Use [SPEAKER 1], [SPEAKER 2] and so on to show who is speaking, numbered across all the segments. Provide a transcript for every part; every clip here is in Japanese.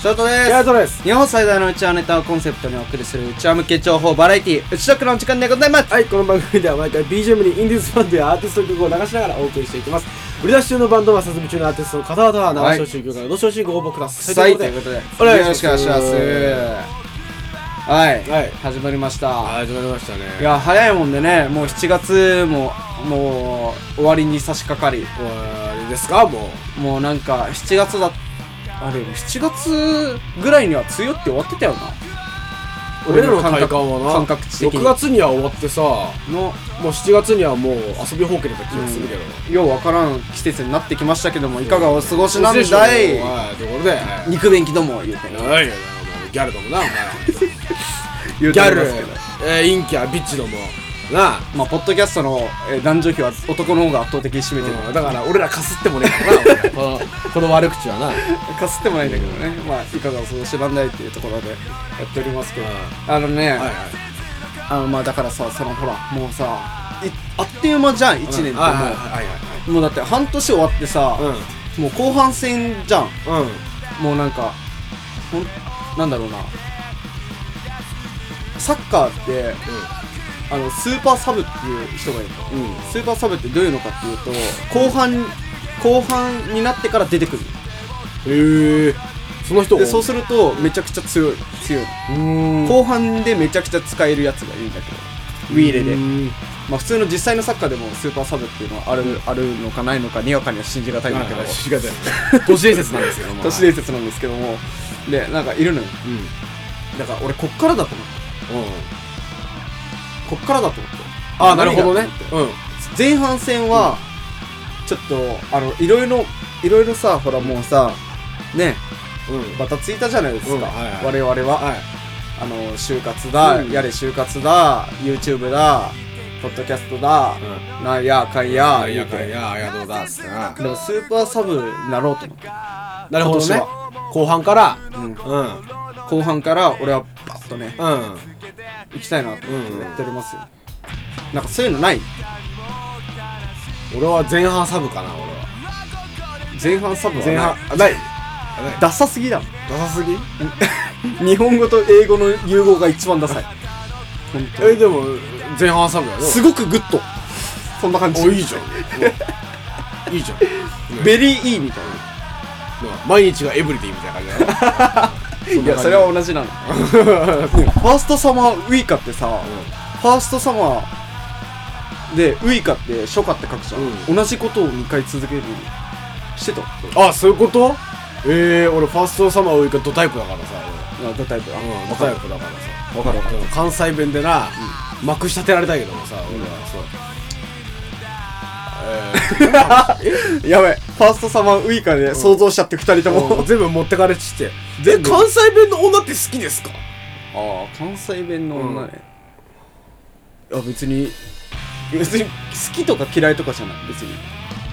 [SPEAKER 1] ショートです
[SPEAKER 2] キャートです
[SPEAKER 1] 日本最大のうちわネタをコンセプトにお送りするうちわ向け情報バラエティーうちとくのお時間でございます
[SPEAKER 2] はい、この番組では毎回 BGM にインディーズバンドやアーティストの曲を流しながらお送りしていきます。売り出し中のバンドは、さずみ中のアーティストの方々は、
[SPEAKER 1] は
[SPEAKER 2] 流
[SPEAKER 1] い
[SPEAKER 2] し集中からどしどしご応募くだ
[SPEAKER 1] さ
[SPEAKER 2] さい。
[SPEAKER 1] いということで
[SPEAKER 2] お願いし
[SPEAKER 1] よ
[SPEAKER 2] ま
[SPEAKER 1] ろ
[SPEAKER 2] す
[SPEAKER 1] しくお願いしますはい、
[SPEAKER 2] はい
[SPEAKER 1] 始まりました、
[SPEAKER 2] あ始まりましたね。
[SPEAKER 1] い、や早いもんでねもう7月ももう終わりに差し掛かり
[SPEAKER 2] 終わりですかも
[SPEAKER 1] もうなんか7月だあれ7月ぐらいには梅雨って終わってたよな
[SPEAKER 2] う。俺らの体感はな、
[SPEAKER 1] 感覚的に
[SPEAKER 2] 6月には終わってさ、も
[SPEAKER 1] の
[SPEAKER 2] う7月にはもう遊びほうけだった気がするけどな。
[SPEAKER 1] ようわからん季節になってきましたけどもいかがお過ごしな
[SPEAKER 2] な
[SPEAKER 1] んん
[SPEAKER 2] でしょう
[SPEAKER 1] だい
[SPEAKER 2] はい、ということで。はい
[SPEAKER 1] 肉便器ども言うてね
[SPEAKER 2] はい、お前ギャルどもな、お 前。
[SPEAKER 1] 言う
[SPEAKER 2] ギ
[SPEAKER 1] てお
[SPEAKER 2] ャ
[SPEAKER 1] り
[SPEAKER 2] ル
[SPEAKER 1] ますけど、
[SPEAKER 2] えー、インキャ、ビッチども。なあ。
[SPEAKER 1] まあポッドキャストのえー男女比は男の方が圧倒的に占めてる
[SPEAKER 2] うんだから俺らかすってもねえからな俺らこのこの悪口はな
[SPEAKER 1] かすってもないんだけどねまあいかがお過ごしなんだいっていうところでやっておりますけどあのね
[SPEAKER 2] はい
[SPEAKER 1] あのまあだからさそのほらもうさいあっという間じゃん1年っても
[SPEAKER 2] はいはいは
[SPEAKER 1] うもうだって半年終わってさ
[SPEAKER 2] いはい
[SPEAKER 1] もう後半戦じゃん
[SPEAKER 2] うんうん
[SPEAKER 1] もうなんかほんなんだろうなサッカーってあのスーパーサブっていう人がいる
[SPEAKER 2] うん
[SPEAKER 1] スーパーサブってどういうのかっていうと後半後半になってから出てくる
[SPEAKER 2] へえその人
[SPEAKER 1] でそうするとめちゃくちゃ強い強い、
[SPEAKER 2] うん
[SPEAKER 1] 後半でめちゃくちゃ使えるやつがいるんだけどウィーレで、
[SPEAKER 2] うん
[SPEAKER 1] まあ、普通の実際のサッカーでもスーパーサブっていうのはある,、あるのかないのかにわかには信じがたいんだけど、
[SPEAKER 2] 知り方や都市伝説なんですけどまあ
[SPEAKER 1] 都市伝説なんですけどもでなんかいるのよ
[SPEAKER 2] うんうん
[SPEAKER 1] だから俺こっからだと思ってこっからだと思って
[SPEAKER 2] あなるほどね
[SPEAKER 1] 何が
[SPEAKER 2] うん
[SPEAKER 1] 前半戦は、ちょっとあのいろいろいろいろさほらもうさね
[SPEAKER 2] うん
[SPEAKER 1] バタついたじゃないですか、
[SPEAKER 2] うんはいはい
[SPEAKER 1] 我々は、
[SPEAKER 2] はい
[SPEAKER 1] あの就活だ、
[SPEAKER 2] うん
[SPEAKER 1] やれ就活だ YouTube だポッドキャストだ、
[SPEAKER 2] う
[SPEAKER 1] なんやかんや
[SPEAKER 2] あい
[SPEAKER 1] 言
[SPEAKER 2] や
[SPEAKER 1] う
[SPEAKER 2] か
[SPEAKER 1] て
[SPEAKER 2] いやありがとうだっすな
[SPEAKER 1] でもスーパーサブになろうと思って、
[SPEAKER 2] なる
[SPEAKER 1] 今
[SPEAKER 2] ほどね
[SPEAKER 1] 年は
[SPEAKER 2] 後半から
[SPEAKER 1] うん
[SPEAKER 2] うん
[SPEAKER 1] 後半から俺はパッとね
[SPEAKER 2] うん
[SPEAKER 1] 行きたいなと思っ
[SPEAKER 2] うん
[SPEAKER 1] てやっておりますよ、なんかそういうのない
[SPEAKER 2] 俺は前半サブかな俺は
[SPEAKER 1] 前半サブはない
[SPEAKER 2] 前半あない
[SPEAKER 1] ダサすぎだもん
[SPEAKER 2] ダサすぎ
[SPEAKER 1] 日本語と英語の融合が一番ダサい 本当
[SPEAKER 2] え
[SPEAKER 1] に
[SPEAKER 2] でも前半サブやろ
[SPEAKER 1] すごくグッとそんな感じ
[SPEAKER 2] おいいじゃんいいじゃん、
[SPEAKER 1] ベリーいいみたいな
[SPEAKER 2] 毎日がエブリディみたいな感じだねん
[SPEAKER 1] い
[SPEAKER 2] な感
[SPEAKER 1] や
[SPEAKER 2] じ
[SPEAKER 1] それは同じなのファーストサマーウイカってさ、ファーストサマーでウイカって初夏って書くじゃん、
[SPEAKER 2] う
[SPEAKER 1] 同じことを2回続けるしてた
[SPEAKER 2] あそういうことええー、俺ファーストサマーウイカドタイプだからさ
[SPEAKER 1] あだタイプあ
[SPEAKER 2] 俺うん
[SPEAKER 1] 分
[SPEAKER 2] ド
[SPEAKER 1] か
[SPEAKER 2] タ
[SPEAKER 1] る
[SPEAKER 2] イプだからさ
[SPEAKER 1] 分かる分かる
[SPEAKER 2] でも関西弁でな、幕下てられたいけどもさ俺はそう、
[SPEAKER 1] やべえファーストサマーウイカで想像しちゃって2人と
[SPEAKER 2] えーも
[SPEAKER 1] も
[SPEAKER 2] う全部持ってかれちって
[SPEAKER 1] 全部
[SPEAKER 2] え関西弁の女って好きですか
[SPEAKER 1] ああ関西弁の
[SPEAKER 2] 女
[SPEAKER 1] ね、いや別に別に好きとか嫌いとかじゃない別に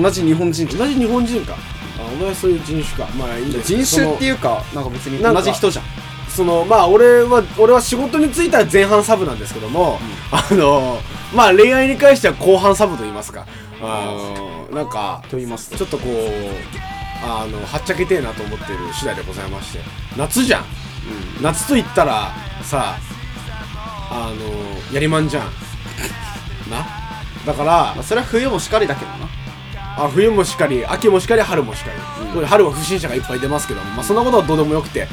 [SPEAKER 1] 同じ日本人じゃ
[SPEAKER 2] 同じ日本人かあお前そういう人種かまあいいんだけど
[SPEAKER 1] 人種って
[SPEAKER 2] う
[SPEAKER 1] いうかなんか別に
[SPEAKER 2] なん
[SPEAKER 1] 同
[SPEAKER 2] か
[SPEAKER 1] じ人じゃん
[SPEAKER 2] そのまあ俺は俺は仕事に就いたら前半サブなんですけども、あのまあ恋愛に関しては後半サブと言いますかあのなんか
[SPEAKER 1] と言いますと
[SPEAKER 2] ちょっとこうあのはっちゃけてえなと思ってる次第でございまして夏じゃん夏と言ったらさあのやりまんじゃんなだから
[SPEAKER 1] まあ、それは冬もしかりだけどな
[SPEAKER 2] あ冬もしっかり秋もしっかり春もしっかり、これ春は不審者がいっぱい出ますけども、まあ、そんなことはどうでもよくて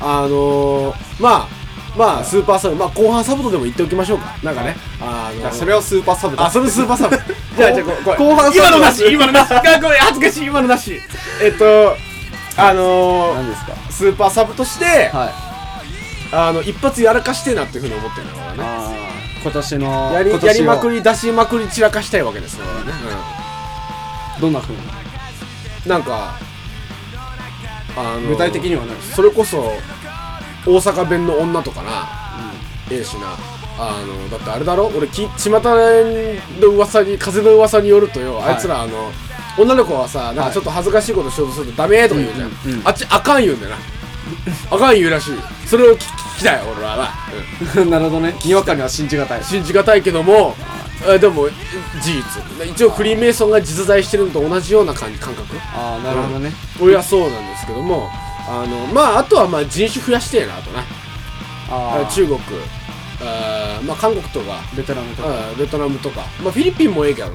[SPEAKER 2] あのー、まあまあスーパーサブ、まあ、後半サブとでも言っておきましょうかなんかねあのー、
[SPEAKER 1] それをスーパーサブだ
[SPEAKER 2] あそれスーパーサブ じゃあじゃあここれ
[SPEAKER 1] 後半サブ
[SPEAKER 2] 今のなし今のなし あこれ恥ずかしい今のなしえっとあの
[SPEAKER 1] 何
[SPEAKER 2] ー、
[SPEAKER 1] ですか
[SPEAKER 2] スーパーサブとして、
[SPEAKER 1] はい
[SPEAKER 2] あの一発やらかしてえなっていうふうに思ってるんだからね
[SPEAKER 1] あー今年の
[SPEAKER 2] やり
[SPEAKER 1] 今年を
[SPEAKER 2] やりまくり出しまくり散らかしたいわけですよ、俺はねうん
[SPEAKER 1] どんなふうに
[SPEAKER 2] なんかあの
[SPEAKER 1] 具体的にはね
[SPEAKER 2] それこそ大阪弁の女とかな、ええしなあのだってあれだろ俺き巷の噂に風の噂によるとよ、
[SPEAKER 1] はい
[SPEAKER 2] あいつらあの女の子はさなんかちょっと恥ずかしいことしようとするとダメーとか言うじゃん、
[SPEAKER 1] うんうんうん
[SPEAKER 2] あっちあかん言うんだよなあかん言うらしいそれを聞聞きたい俺はな、う ん
[SPEAKER 1] なるほどねにわかには信じがたい
[SPEAKER 2] 信じがたいけどもえでも事実一応クリーンメイソンが実在してるのと同じような感感覚
[SPEAKER 1] ああなるほどね、
[SPEAKER 2] 俺はそうなんですけどもあのまああとはまあ人種増やしてえなあとな
[SPEAKER 1] あー
[SPEAKER 2] 中国あーまあ韓国とか
[SPEAKER 1] ベトナムとか
[SPEAKER 2] うんベトナムとかまあフィリピンもええけどな、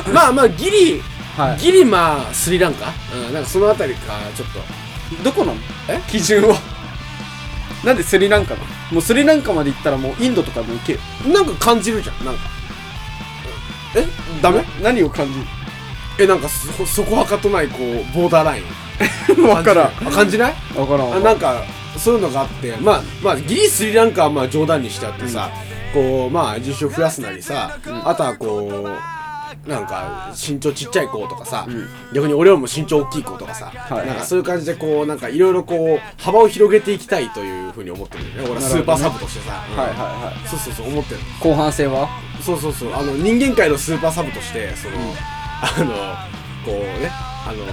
[SPEAKER 2] うん、まあまあギリ
[SPEAKER 1] は
[SPEAKER 2] ギリまあスリランカ、うん、なんかその辺りかちょっと
[SPEAKER 1] いどこなの
[SPEAKER 2] え
[SPEAKER 1] 基準はなんでスリランカなのもうスリランカまで行ったらもうインドとかも行けよ
[SPEAKER 2] なんか感じるじゃんなんかえダメ
[SPEAKER 1] な何を感じる
[SPEAKER 2] えなんかそそこはかとないこうボーダーライン
[SPEAKER 1] わからん
[SPEAKER 2] 感じないあ
[SPEAKER 1] わ
[SPEAKER 2] 感じない
[SPEAKER 1] からん
[SPEAKER 2] あ
[SPEAKER 1] わ
[SPEAKER 2] なんかそういうのがあってまあまあギリスリランカはまあ冗談にしてあってさ、こうまあ人種を増やすなりさ、あとはこうなんか身長ちっちゃい子とかさ、
[SPEAKER 1] ん
[SPEAKER 2] 逆に俺らも身長大きい子とかさ、
[SPEAKER 1] はい
[SPEAKER 2] なんかそういう感じでこうなんかいろいろこう幅を広げていきたいというふうに思ってるんだよね俺は
[SPEAKER 1] なるほどね
[SPEAKER 2] スーパーサブとしてさ、
[SPEAKER 1] はいは
[SPEAKER 2] う
[SPEAKER 1] い
[SPEAKER 2] ん
[SPEAKER 1] は
[SPEAKER 2] そうそうそう思ってる
[SPEAKER 1] い後半戦は
[SPEAKER 2] そうそうそうあの人間界のスーパーサブとしてその、あのこうねあの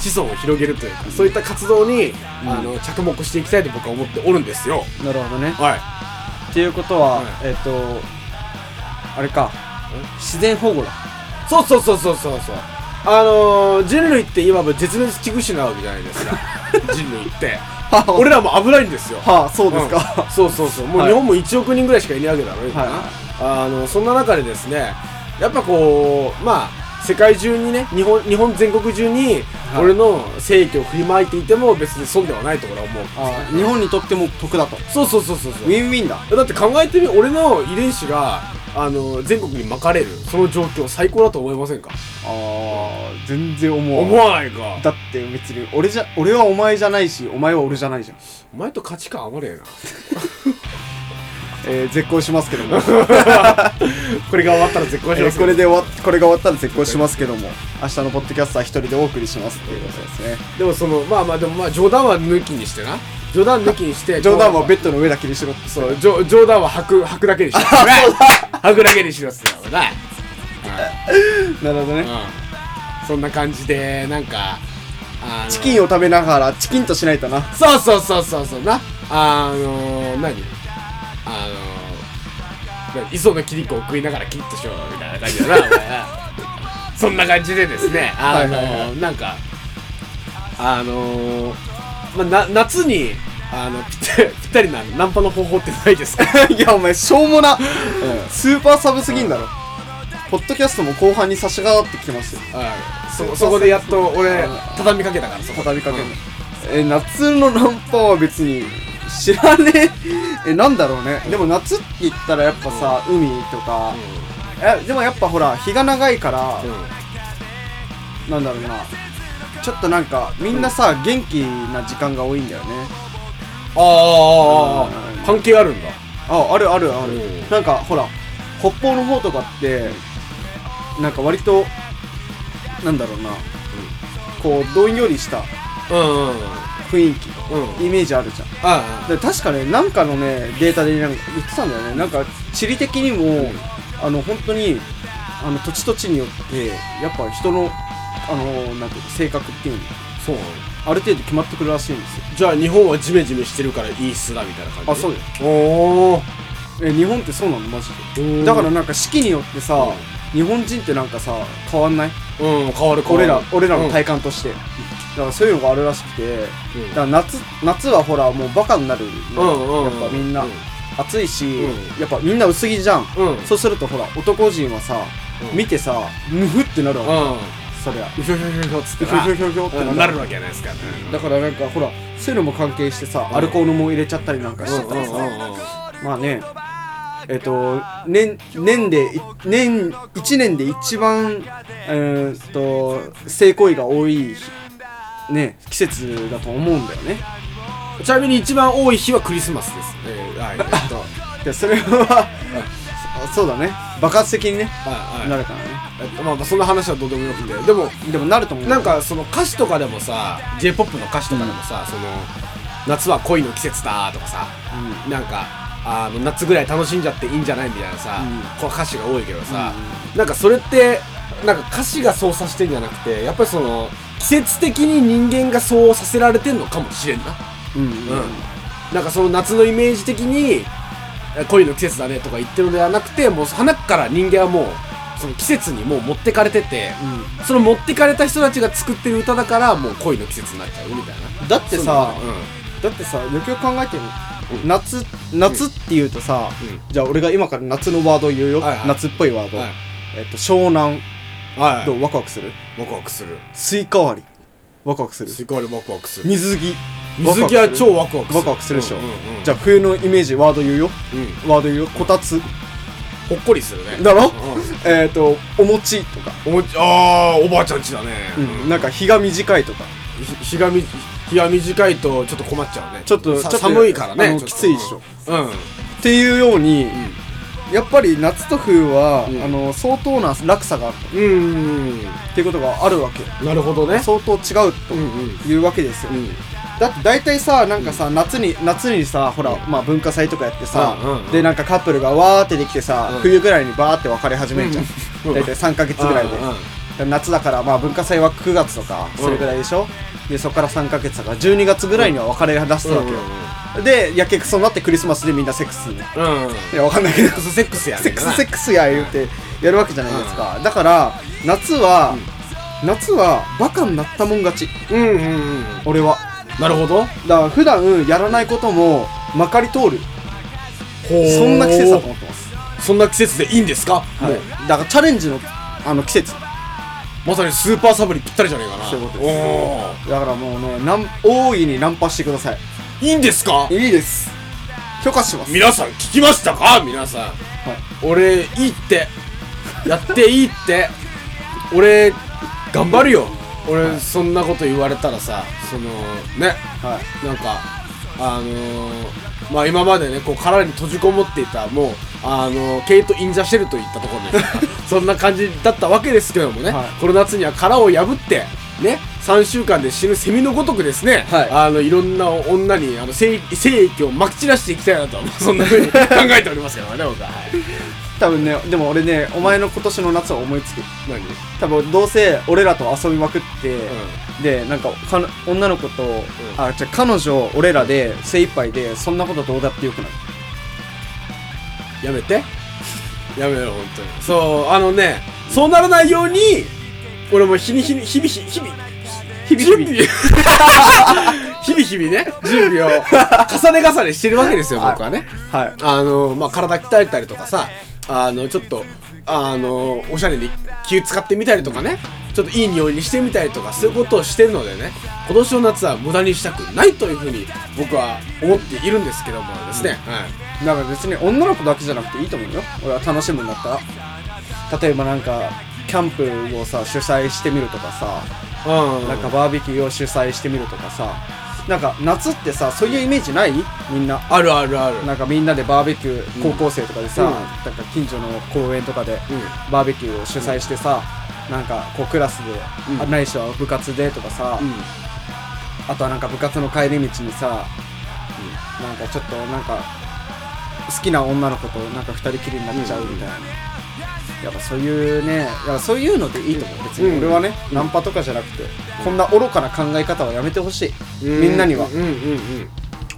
[SPEAKER 2] 子孫を広げるというかそういった活動に、あの着目していきたいと僕は思っておるんですよ
[SPEAKER 1] なるほどね
[SPEAKER 2] はい
[SPEAKER 1] っていうことは、
[SPEAKER 2] はい
[SPEAKER 1] えっ、とあれか自然保護だ
[SPEAKER 2] そうそうそうそうそうそうあのー人類っていわば絶滅危惧種なわけじゃないです か人類って
[SPEAKER 1] 俺
[SPEAKER 2] 俺らも危ないんですよ
[SPEAKER 1] はあそうです
[SPEAKER 2] う
[SPEAKER 1] か
[SPEAKER 2] ん、そうそうそうもう
[SPEAKER 1] はい
[SPEAKER 2] 日本も1億人ぐらいしかいないわけだろ今、
[SPEAKER 1] は
[SPEAKER 2] あのそんな中でですねやっぱこうまあ世界中にね日本日本全国中に
[SPEAKER 1] はい
[SPEAKER 2] 俺の正義を振りまいていても別に損ではないと俺は思う
[SPEAKER 1] あ日本にとっても得だと
[SPEAKER 2] そうそうそうそう
[SPEAKER 1] ウ
[SPEAKER 2] そう
[SPEAKER 1] ィンウィンだ
[SPEAKER 2] だって考えてみ俺の遺伝子があの全国にまかれるその状況最高だと思いませんか
[SPEAKER 1] あー全然思わん
[SPEAKER 2] 思わないか
[SPEAKER 1] だって別に俺じゃ俺はお前じゃないしお前は俺じゃないじゃん、
[SPEAKER 2] お前と価値観合わねえな
[SPEAKER 1] えー、 絶好しますけども、え
[SPEAKER 2] これが終わったら絶好します
[SPEAKER 1] ーこれで終わっこれが終わったら絶好しますけども明日のポッドキャストは一人でお送りしますっていうことですね
[SPEAKER 2] でもそのまあまあでもまあ冗談は抜きにしてな冗談抜きにして
[SPEAKER 1] 冗談はベッドの上だけにしろって
[SPEAKER 2] そう、じょ冗談は吐く、吐くだけにしろ。吐くだけにしろっすよ。な
[SPEAKER 1] なるほどね
[SPEAKER 2] うん。そんな感じで、なんか、あの
[SPEAKER 1] チキンを食べながらチキンとしないとな
[SPEAKER 2] そうそうそうそうそう、な。あの、何あの、何磯のキリコを食いながらキリッとしようみたいな感じ だな、お前なそんな感じでですね、あの、
[SPEAKER 1] はいはいは
[SPEAKER 2] なんか、あの、まあ、な夏に、あの、ぴったり、ぴったりなナンパの方法ってないですか
[SPEAKER 1] いやお前しょうもな、スーパーサブすぎんだろ、ポッドキャストも後半に差し掛かってきてますよ
[SPEAKER 2] はいそそこでやっと俺
[SPEAKER 1] うん
[SPEAKER 2] 畳みかけたからそこ
[SPEAKER 1] 畳みかける、え夏のナンパは別に知らねええ なんだろうねでも夏って言ったらやっぱさ、海とか、えでもやっぱほら日が長いから、なんだろうなちょっとなんかみんなさ、元気な時間が多いんだよねう
[SPEAKER 2] あ
[SPEAKER 1] ん
[SPEAKER 2] あ関係あるんだ
[SPEAKER 1] ああるあるある、
[SPEAKER 2] うん
[SPEAKER 1] なんかほら北方の方とかってなんか割となんだろうな、こうどんよりした
[SPEAKER 2] うんうんうん
[SPEAKER 1] 雰囲気
[SPEAKER 2] うん
[SPEAKER 1] イメージあるじゃん
[SPEAKER 2] あ
[SPEAKER 1] で確かねなんかのねデータでなんか言ってたんだよねなんか地理的にも、あの本当にあの土地土地によってやっぱ人のあのなんていうの性格っていうの
[SPEAKER 2] あそうなの
[SPEAKER 1] ある程度決まってくるらしいんですよ
[SPEAKER 2] じゃあ日本はジメジメしてるからいいっすだみたいな感じ
[SPEAKER 1] あそうよ
[SPEAKER 2] おお
[SPEAKER 1] え日本ってそうなのマジでだ
[SPEAKER 2] だ
[SPEAKER 1] か
[SPEAKER 2] からら
[SPEAKER 1] なんか四季によってさ、
[SPEAKER 2] うん
[SPEAKER 1] 日本人ってなんかさ変わんない
[SPEAKER 2] うん変わる変わる
[SPEAKER 1] 俺ら俺らの
[SPEAKER 2] イ
[SPEAKER 1] 体感として、だからそういうのがあるらしくて
[SPEAKER 2] プ
[SPEAKER 1] だから夏夏はほらもうバカになる
[SPEAKER 2] う
[SPEAKER 1] の
[SPEAKER 2] んうん
[SPEAKER 1] やっぱみんな、
[SPEAKER 2] うん
[SPEAKER 1] 暑いし、
[SPEAKER 2] うん
[SPEAKER 1] やっぱみんな薄着じゃん
[SPEAKER 2] うん
[SPEAKER 1] そうするとほら男陣はさ、
[SPEAKER 2] うん
[SPEAKER 1] 見てさムフってなる
[SPEAKER 2] う
[SPEAKER 1] わ
[SPEAKER 2] ん
[SPEAKER 1] け、そりゃ
[SPEAKER 2] うひょひょひょひょっつ
[SPEAKER 1] ひ
[SPEAKER 2] って
[SPEAKER 1] ょひょひょひょって
[SPEAKER 2] な
[SPEAKER 1] な
[SPEAKER 2] う
[SPEAKER 1] る
[SPEAKER 2] んなるわけじゃないですか
[SPEAKER 1] だからなんかほらそういうのも関係してさ、
[SPEAKER 2] うん
[SPEAKER 1] アルコールも入れちゃったりなんか
[SPEAKER 2] う
[SPEAKER 1] し
[SPEAKER 2] ん
[SPEAKER 1] て
[SPEAKER 2] う
[SPEAKER 1] た
[SPEAKER 2] ん
[SPEAKER 1] ら
[SPEAKER 2] う
[SPEAKER 1] さ、
[SPEAKER 2] んうん
[SPEAKER 1] まあねえっ、と年年でい年1年で一番えーっと性行為が多いね季節だと思うんだよね
[SPEAKER 2] ちなみに一番多い日はクリスマスですえーはいえっと
[SPEAKER 1] でそれはそうだね爆発的にね
[SPEAKER 2] はいはい
[SPEAKER 1] なるからね
[SPEAKER 2] えっとまあまあそんな話はどうでもよくてでも
[SPEAKER 1] でもなると思う
[SPEAKER 2] なんかその歌詞とかでもさ j p o p の歌詞とかでもさ、その夏は恋の季節だとかさ
[SPEAKER 1] うん
[SPEAKER 2] なんかあの夏ぐらい楽しんじゃっていいんじゃないみたいなさ、
[SPEAKER 1] う
[SPEAKER 2] こう歌詞が多いけどさ、なんかそれってなんか歌詞がそうさせてんじゃなくてやっぱりその季節的に人間がそうさせられてんのかもしれんな、
[SPEAKER 1] うんうん
[SPEAKER 2] うんなんかその夏のイメージ的にえ恋の季節だねとか言ってるのではなくてもう花から人間はもうその季節にもう持ってかれてて、
[SPEAKER 1] う
[SPEAKER 2] その持ってかれた人たちが作ってる歌だからもう恋の季節になっちゃうみたいな。
[SPEAKER 1] んだってさ
[SPEAKER 2] そんなうん
[SPEAKER 1] だってさよくよく考えてみ
[SPEAKER 2] うん
[SPEAKER 1] 夏夏っていうとさ、
[SPEAKER 2] うん
[SPEAKER 1] じゃあ俺が今から夏のワードを言うよ、
[SPEAKER 2] はいはい
[SPEAKER 1] 夏っぽいワード、
[SPEAKER 2] はい
[SPEAKER 1] えっと湘南
[SPEAKER 2] はい
[SPEAKER 1] どうワクワクする
[SPEAKER 2] ワクワクする
[SPEAKER 1] スイカ割りワクワクする
[SPEAKER 2] スイカ割りワクワクする
[SPEAKER 1] 水着
[SPEAKER 2] 水着は超ワクワクする
[SPEAKER 1] ワクワクするでしょ、
[SPEAKER 2] うんうんうん
[SPEAKER 1] じゃあ冬のイメージワード言うよ
[SPEAKER 2] うん
[SPEAKER 1] ワード言うよこたつ
[SPEAKER 2] ほっこりするね
[SPEAKER 1] だろ、
[SPEAKER 2] う
[SPEAKER 1] えっ、とお餅とか、
[SPEAKER 2] んおもちああおばあちゃんちだね
[SPEAKER 1] うん、なんか日が短いとか
[SPEAKER 2] ひ日がみ日が短いとちょっと困っちゃうね
[SPEAKER 1] ちょっと
[SPEAKER 2] さ
[SPEAKER 1] ちょっと
[SPEAKER 2] 寒いからね
[SPEAKER 1] あの
[SPEAKER 2] ちょっと
[SPEAKER 1] きついでしょ
[SPEAKER 2] うんうん
[SPEAKER 1] っていうように、やっぱり夏と冬は、
[SPEAKER 2] うん
[SPEAKER 1] あの相当な落差がある
[SPEAKER 2] うん
[SPEAKER 1] っていうことがあるわけ
[SPEAKER 2] なるほどね
[SPEAKER 1] 相当違う
[SPEAKER 2] うんうん
[SPEAKER 1] というわけですよ、
[SPEAKER 2] うん
[SPEAKER 1] だって大体さなんかさ、夏に夏にさほら、まあ、文化祭とかやってさ、
[SPEAKER 2] うんうんうん
[SPEAKER 1] でなんかカップルがわーってできてさ、
[SPEAKER 2] うん
[SPEAKER 1] 冬ぐらいにバーって別れ始めるじゃん、
[SPEAKER 2] うん
[SPEAKER 1] 大体3ヶ月ぐらいで、
[SPEAKER 2] うんうん
[SPEAKER 1] 夏だからまあ文化祭は9月とかそれぐらいでしょ、でそこから3ヶ月だから12月ぐらいには別れ出すわけよ、でやけくそになってクリスマスでみんなセックスするね
[SPEAKER 2] うんうん
[SPEAKER 1] いやわかんないけど
[SPEAKER 2] セックスセックスやねん
[SPEAKER 1] セックスセックスや言うてやるわけじゃないですか、だから夏は、夏はバカになったもん勝ち
[SPEAKER 2] うんうんうん
[SPEAKER 1] 俺は
[SPEAKER 2] なるほど
[SPEAKER 1] だから普段やらないこともまかり通るそんな季節だと思ってます、
[SPEAKER 2] そんな季節でいいんですかも
[SPEAKER 1] は
[SPEAKER 2] う
[SPEAKER 1] い、だからチャレンジのあの季節
[SPEAKER 2] まさにスーパーサブにぴったりじゃねえかな
[SPEAKER 1] そういうこと
[SPEAKER 2] お
[SPEAKER 1] ですだからもうねなん大いにナンパしてください
[SPEAKER 2] ーいいんですか
[SPEAKER 1] いいです許可します
[SPEAKER 2] 皆さん聞きましたか皆さん
[SPEAKER 1] はい
[SPEAKER 2] 俺いいってやっていいって俺頑張るよ俺そんなこと言われたらさそのね
[SPEAKER 1] はい
[SPEAKER 2] なんかあのー、まあ今までねこう殻に閉じこもっていたもうあのー、ケイト・イン・ザ・シェルといったとこ ろでそんな感じだったわけですけどもね、
[SPEAKER 1] はい
[SPEAKER 2] この夏には殻を破ってね3週間で死ぬセミのごとくですね、
[SPEAKER 1] はい
[SPEAKER 2] あのいろんな女にあの精精液をまき散らしていきたいなとそんなふうに考えておりますけどね僕は、はい、
[SPEAKER 1] 多分ねでも俺ねお前の今年の夏は思いつく
[SPEAKER 2] 何、
[SPEAKER 1] 多分どうせ俺らと遊びまくって、でなんかか女の子と、あじゃあ彼女俺らで精一杯でそんなことどうだってよくない
[SPEAKER 2] やめて やめろ本当にそうあのねそうならないように俺も日に日に日々日々日々日々 日々日々ね準備を重ね重ねしてるわけですよ
[SPEAKER 1] はい
[SPEAKER 2] 僕はね
[SPEAKER 1] はい
[SPEAKER 2] あのまあ体鍛えたりとかさあのちょっとあのおしゃれに気使ってみたりとかねちょっといい匂いにしてみたりとかそういうことをしてるのでね今年の夏は無駄にしたくないというふうに僕は思っているんですけどもですね、はい
[SPEAKER 1] だから別に女の子だけじゃなくていいと思うよ俺は楽しむんだったら例えばなんかキャンプをさ主催してみるとかさ
[SPEAKER 2] うん
[SPEAKER 1] なんかバーベキューを主催してみるとかさなんか夏ってさそういうイメージないみんな
[SPEAKER 2] あるあるある
[SPEAKER 1] なんかみんなでバーベキュー高校生とかでさ、
[SPEAKER 2] うん
[SPEAKER 1] なんか近所の公園とかで
[SPEAKER 2] ん
[SPEAKER 1] バーベキューを主催してさ、なんかこうクラスで、
[SPEAKER 2] うん
[SPEAKER 1] あないしは部活でとかさ、
[SPEAKER 2] う
[SPEAKER 1] あとはなんか部活の帰り道にさ、なんかちょっとなんか好きな女の子となんか二人きりになっちゃうみたいな、やっぱそういうねやっぱそういうのでいいと思う、別に俺はね、ナンパとかじゃなくて、こんな愚かな考え方はやめてほしい、みんなには、
[SPEAKER 2] うんうんうん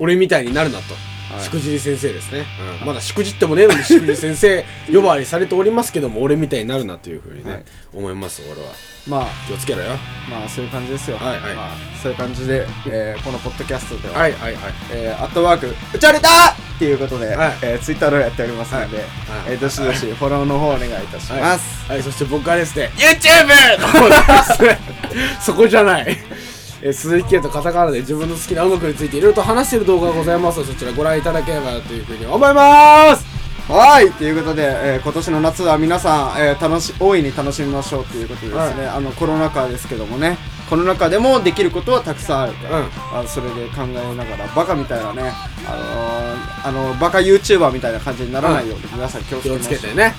[SPEAKER 2] 俺みたいになるなと、
[SPEAKER 1] はい
[SPEAKER 2] しくじり先生ですね、うんまだしくじってもねえのにしくじり先生呼ばわりされておりますけども俺みたいになるなというふうにね、
[SPEAKER 1] はい
[SPEAKER 2] 思います俺は
[SPEAKER 1] まあ
[SPEAKER 2] 気をつけろよ
[SPEAKER 1] まあそういう感じですよ、
[SPEAKER 2] はいはい
[SPEAKER 1] まあ、そういう感じで、えーこのポッドキャストでは、
[SPEAKER 2] はいはいはい
[SPEAKER 1] えーアットワーク、打ち荒れたっていうことで、
[SPEAKER 2] はい
[SPEAKER 1] えーツイッターの方やっておりますので、えーどしどしフォローの方お願いいたし
[SPEAKER 2] は
[SPEAKER 1] ま
[SPEAKER 2] い
[SPEAKER 1] す。、
[SPEAKER 2] はい、そして僕はですね YouTube の方ですね そこじゃないえー鈴木圭とカタカナで自分の好きな音楽についていろいろと話している動画がございますのでそちらご覧いただければというふうに思います
[SPEAKER 1] はいということで、えー今年の夏は皆さん、えー楽し大いに楽しみましょうということでですね、あのコロナ禍ですけどもねコロナ禍でもできることはたくさんあるから、
[SPEAKER 2] うん
[SPEAKER 1] あそれで考えながらバカみたいなねあのーあのバカ YouTuber みたいな感じにならないように、皆さん気をつ
[SPEAKER 2] 気
[SPEAKER 1] け
[SPEAKER 2] を
[SPEAKER 1] ま
[SPEAKER 2] つ
[SPEAKER 1] しょ
[SPEAKER 2] け
[SPEAKER 1] う
[SPEAKER 2] てね、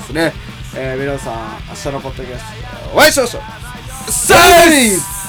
[SPEAKER 1] ですね、えー皆さん明日のポッドキャストでお会いしましょう
[SPEAKER 2] うん、サービス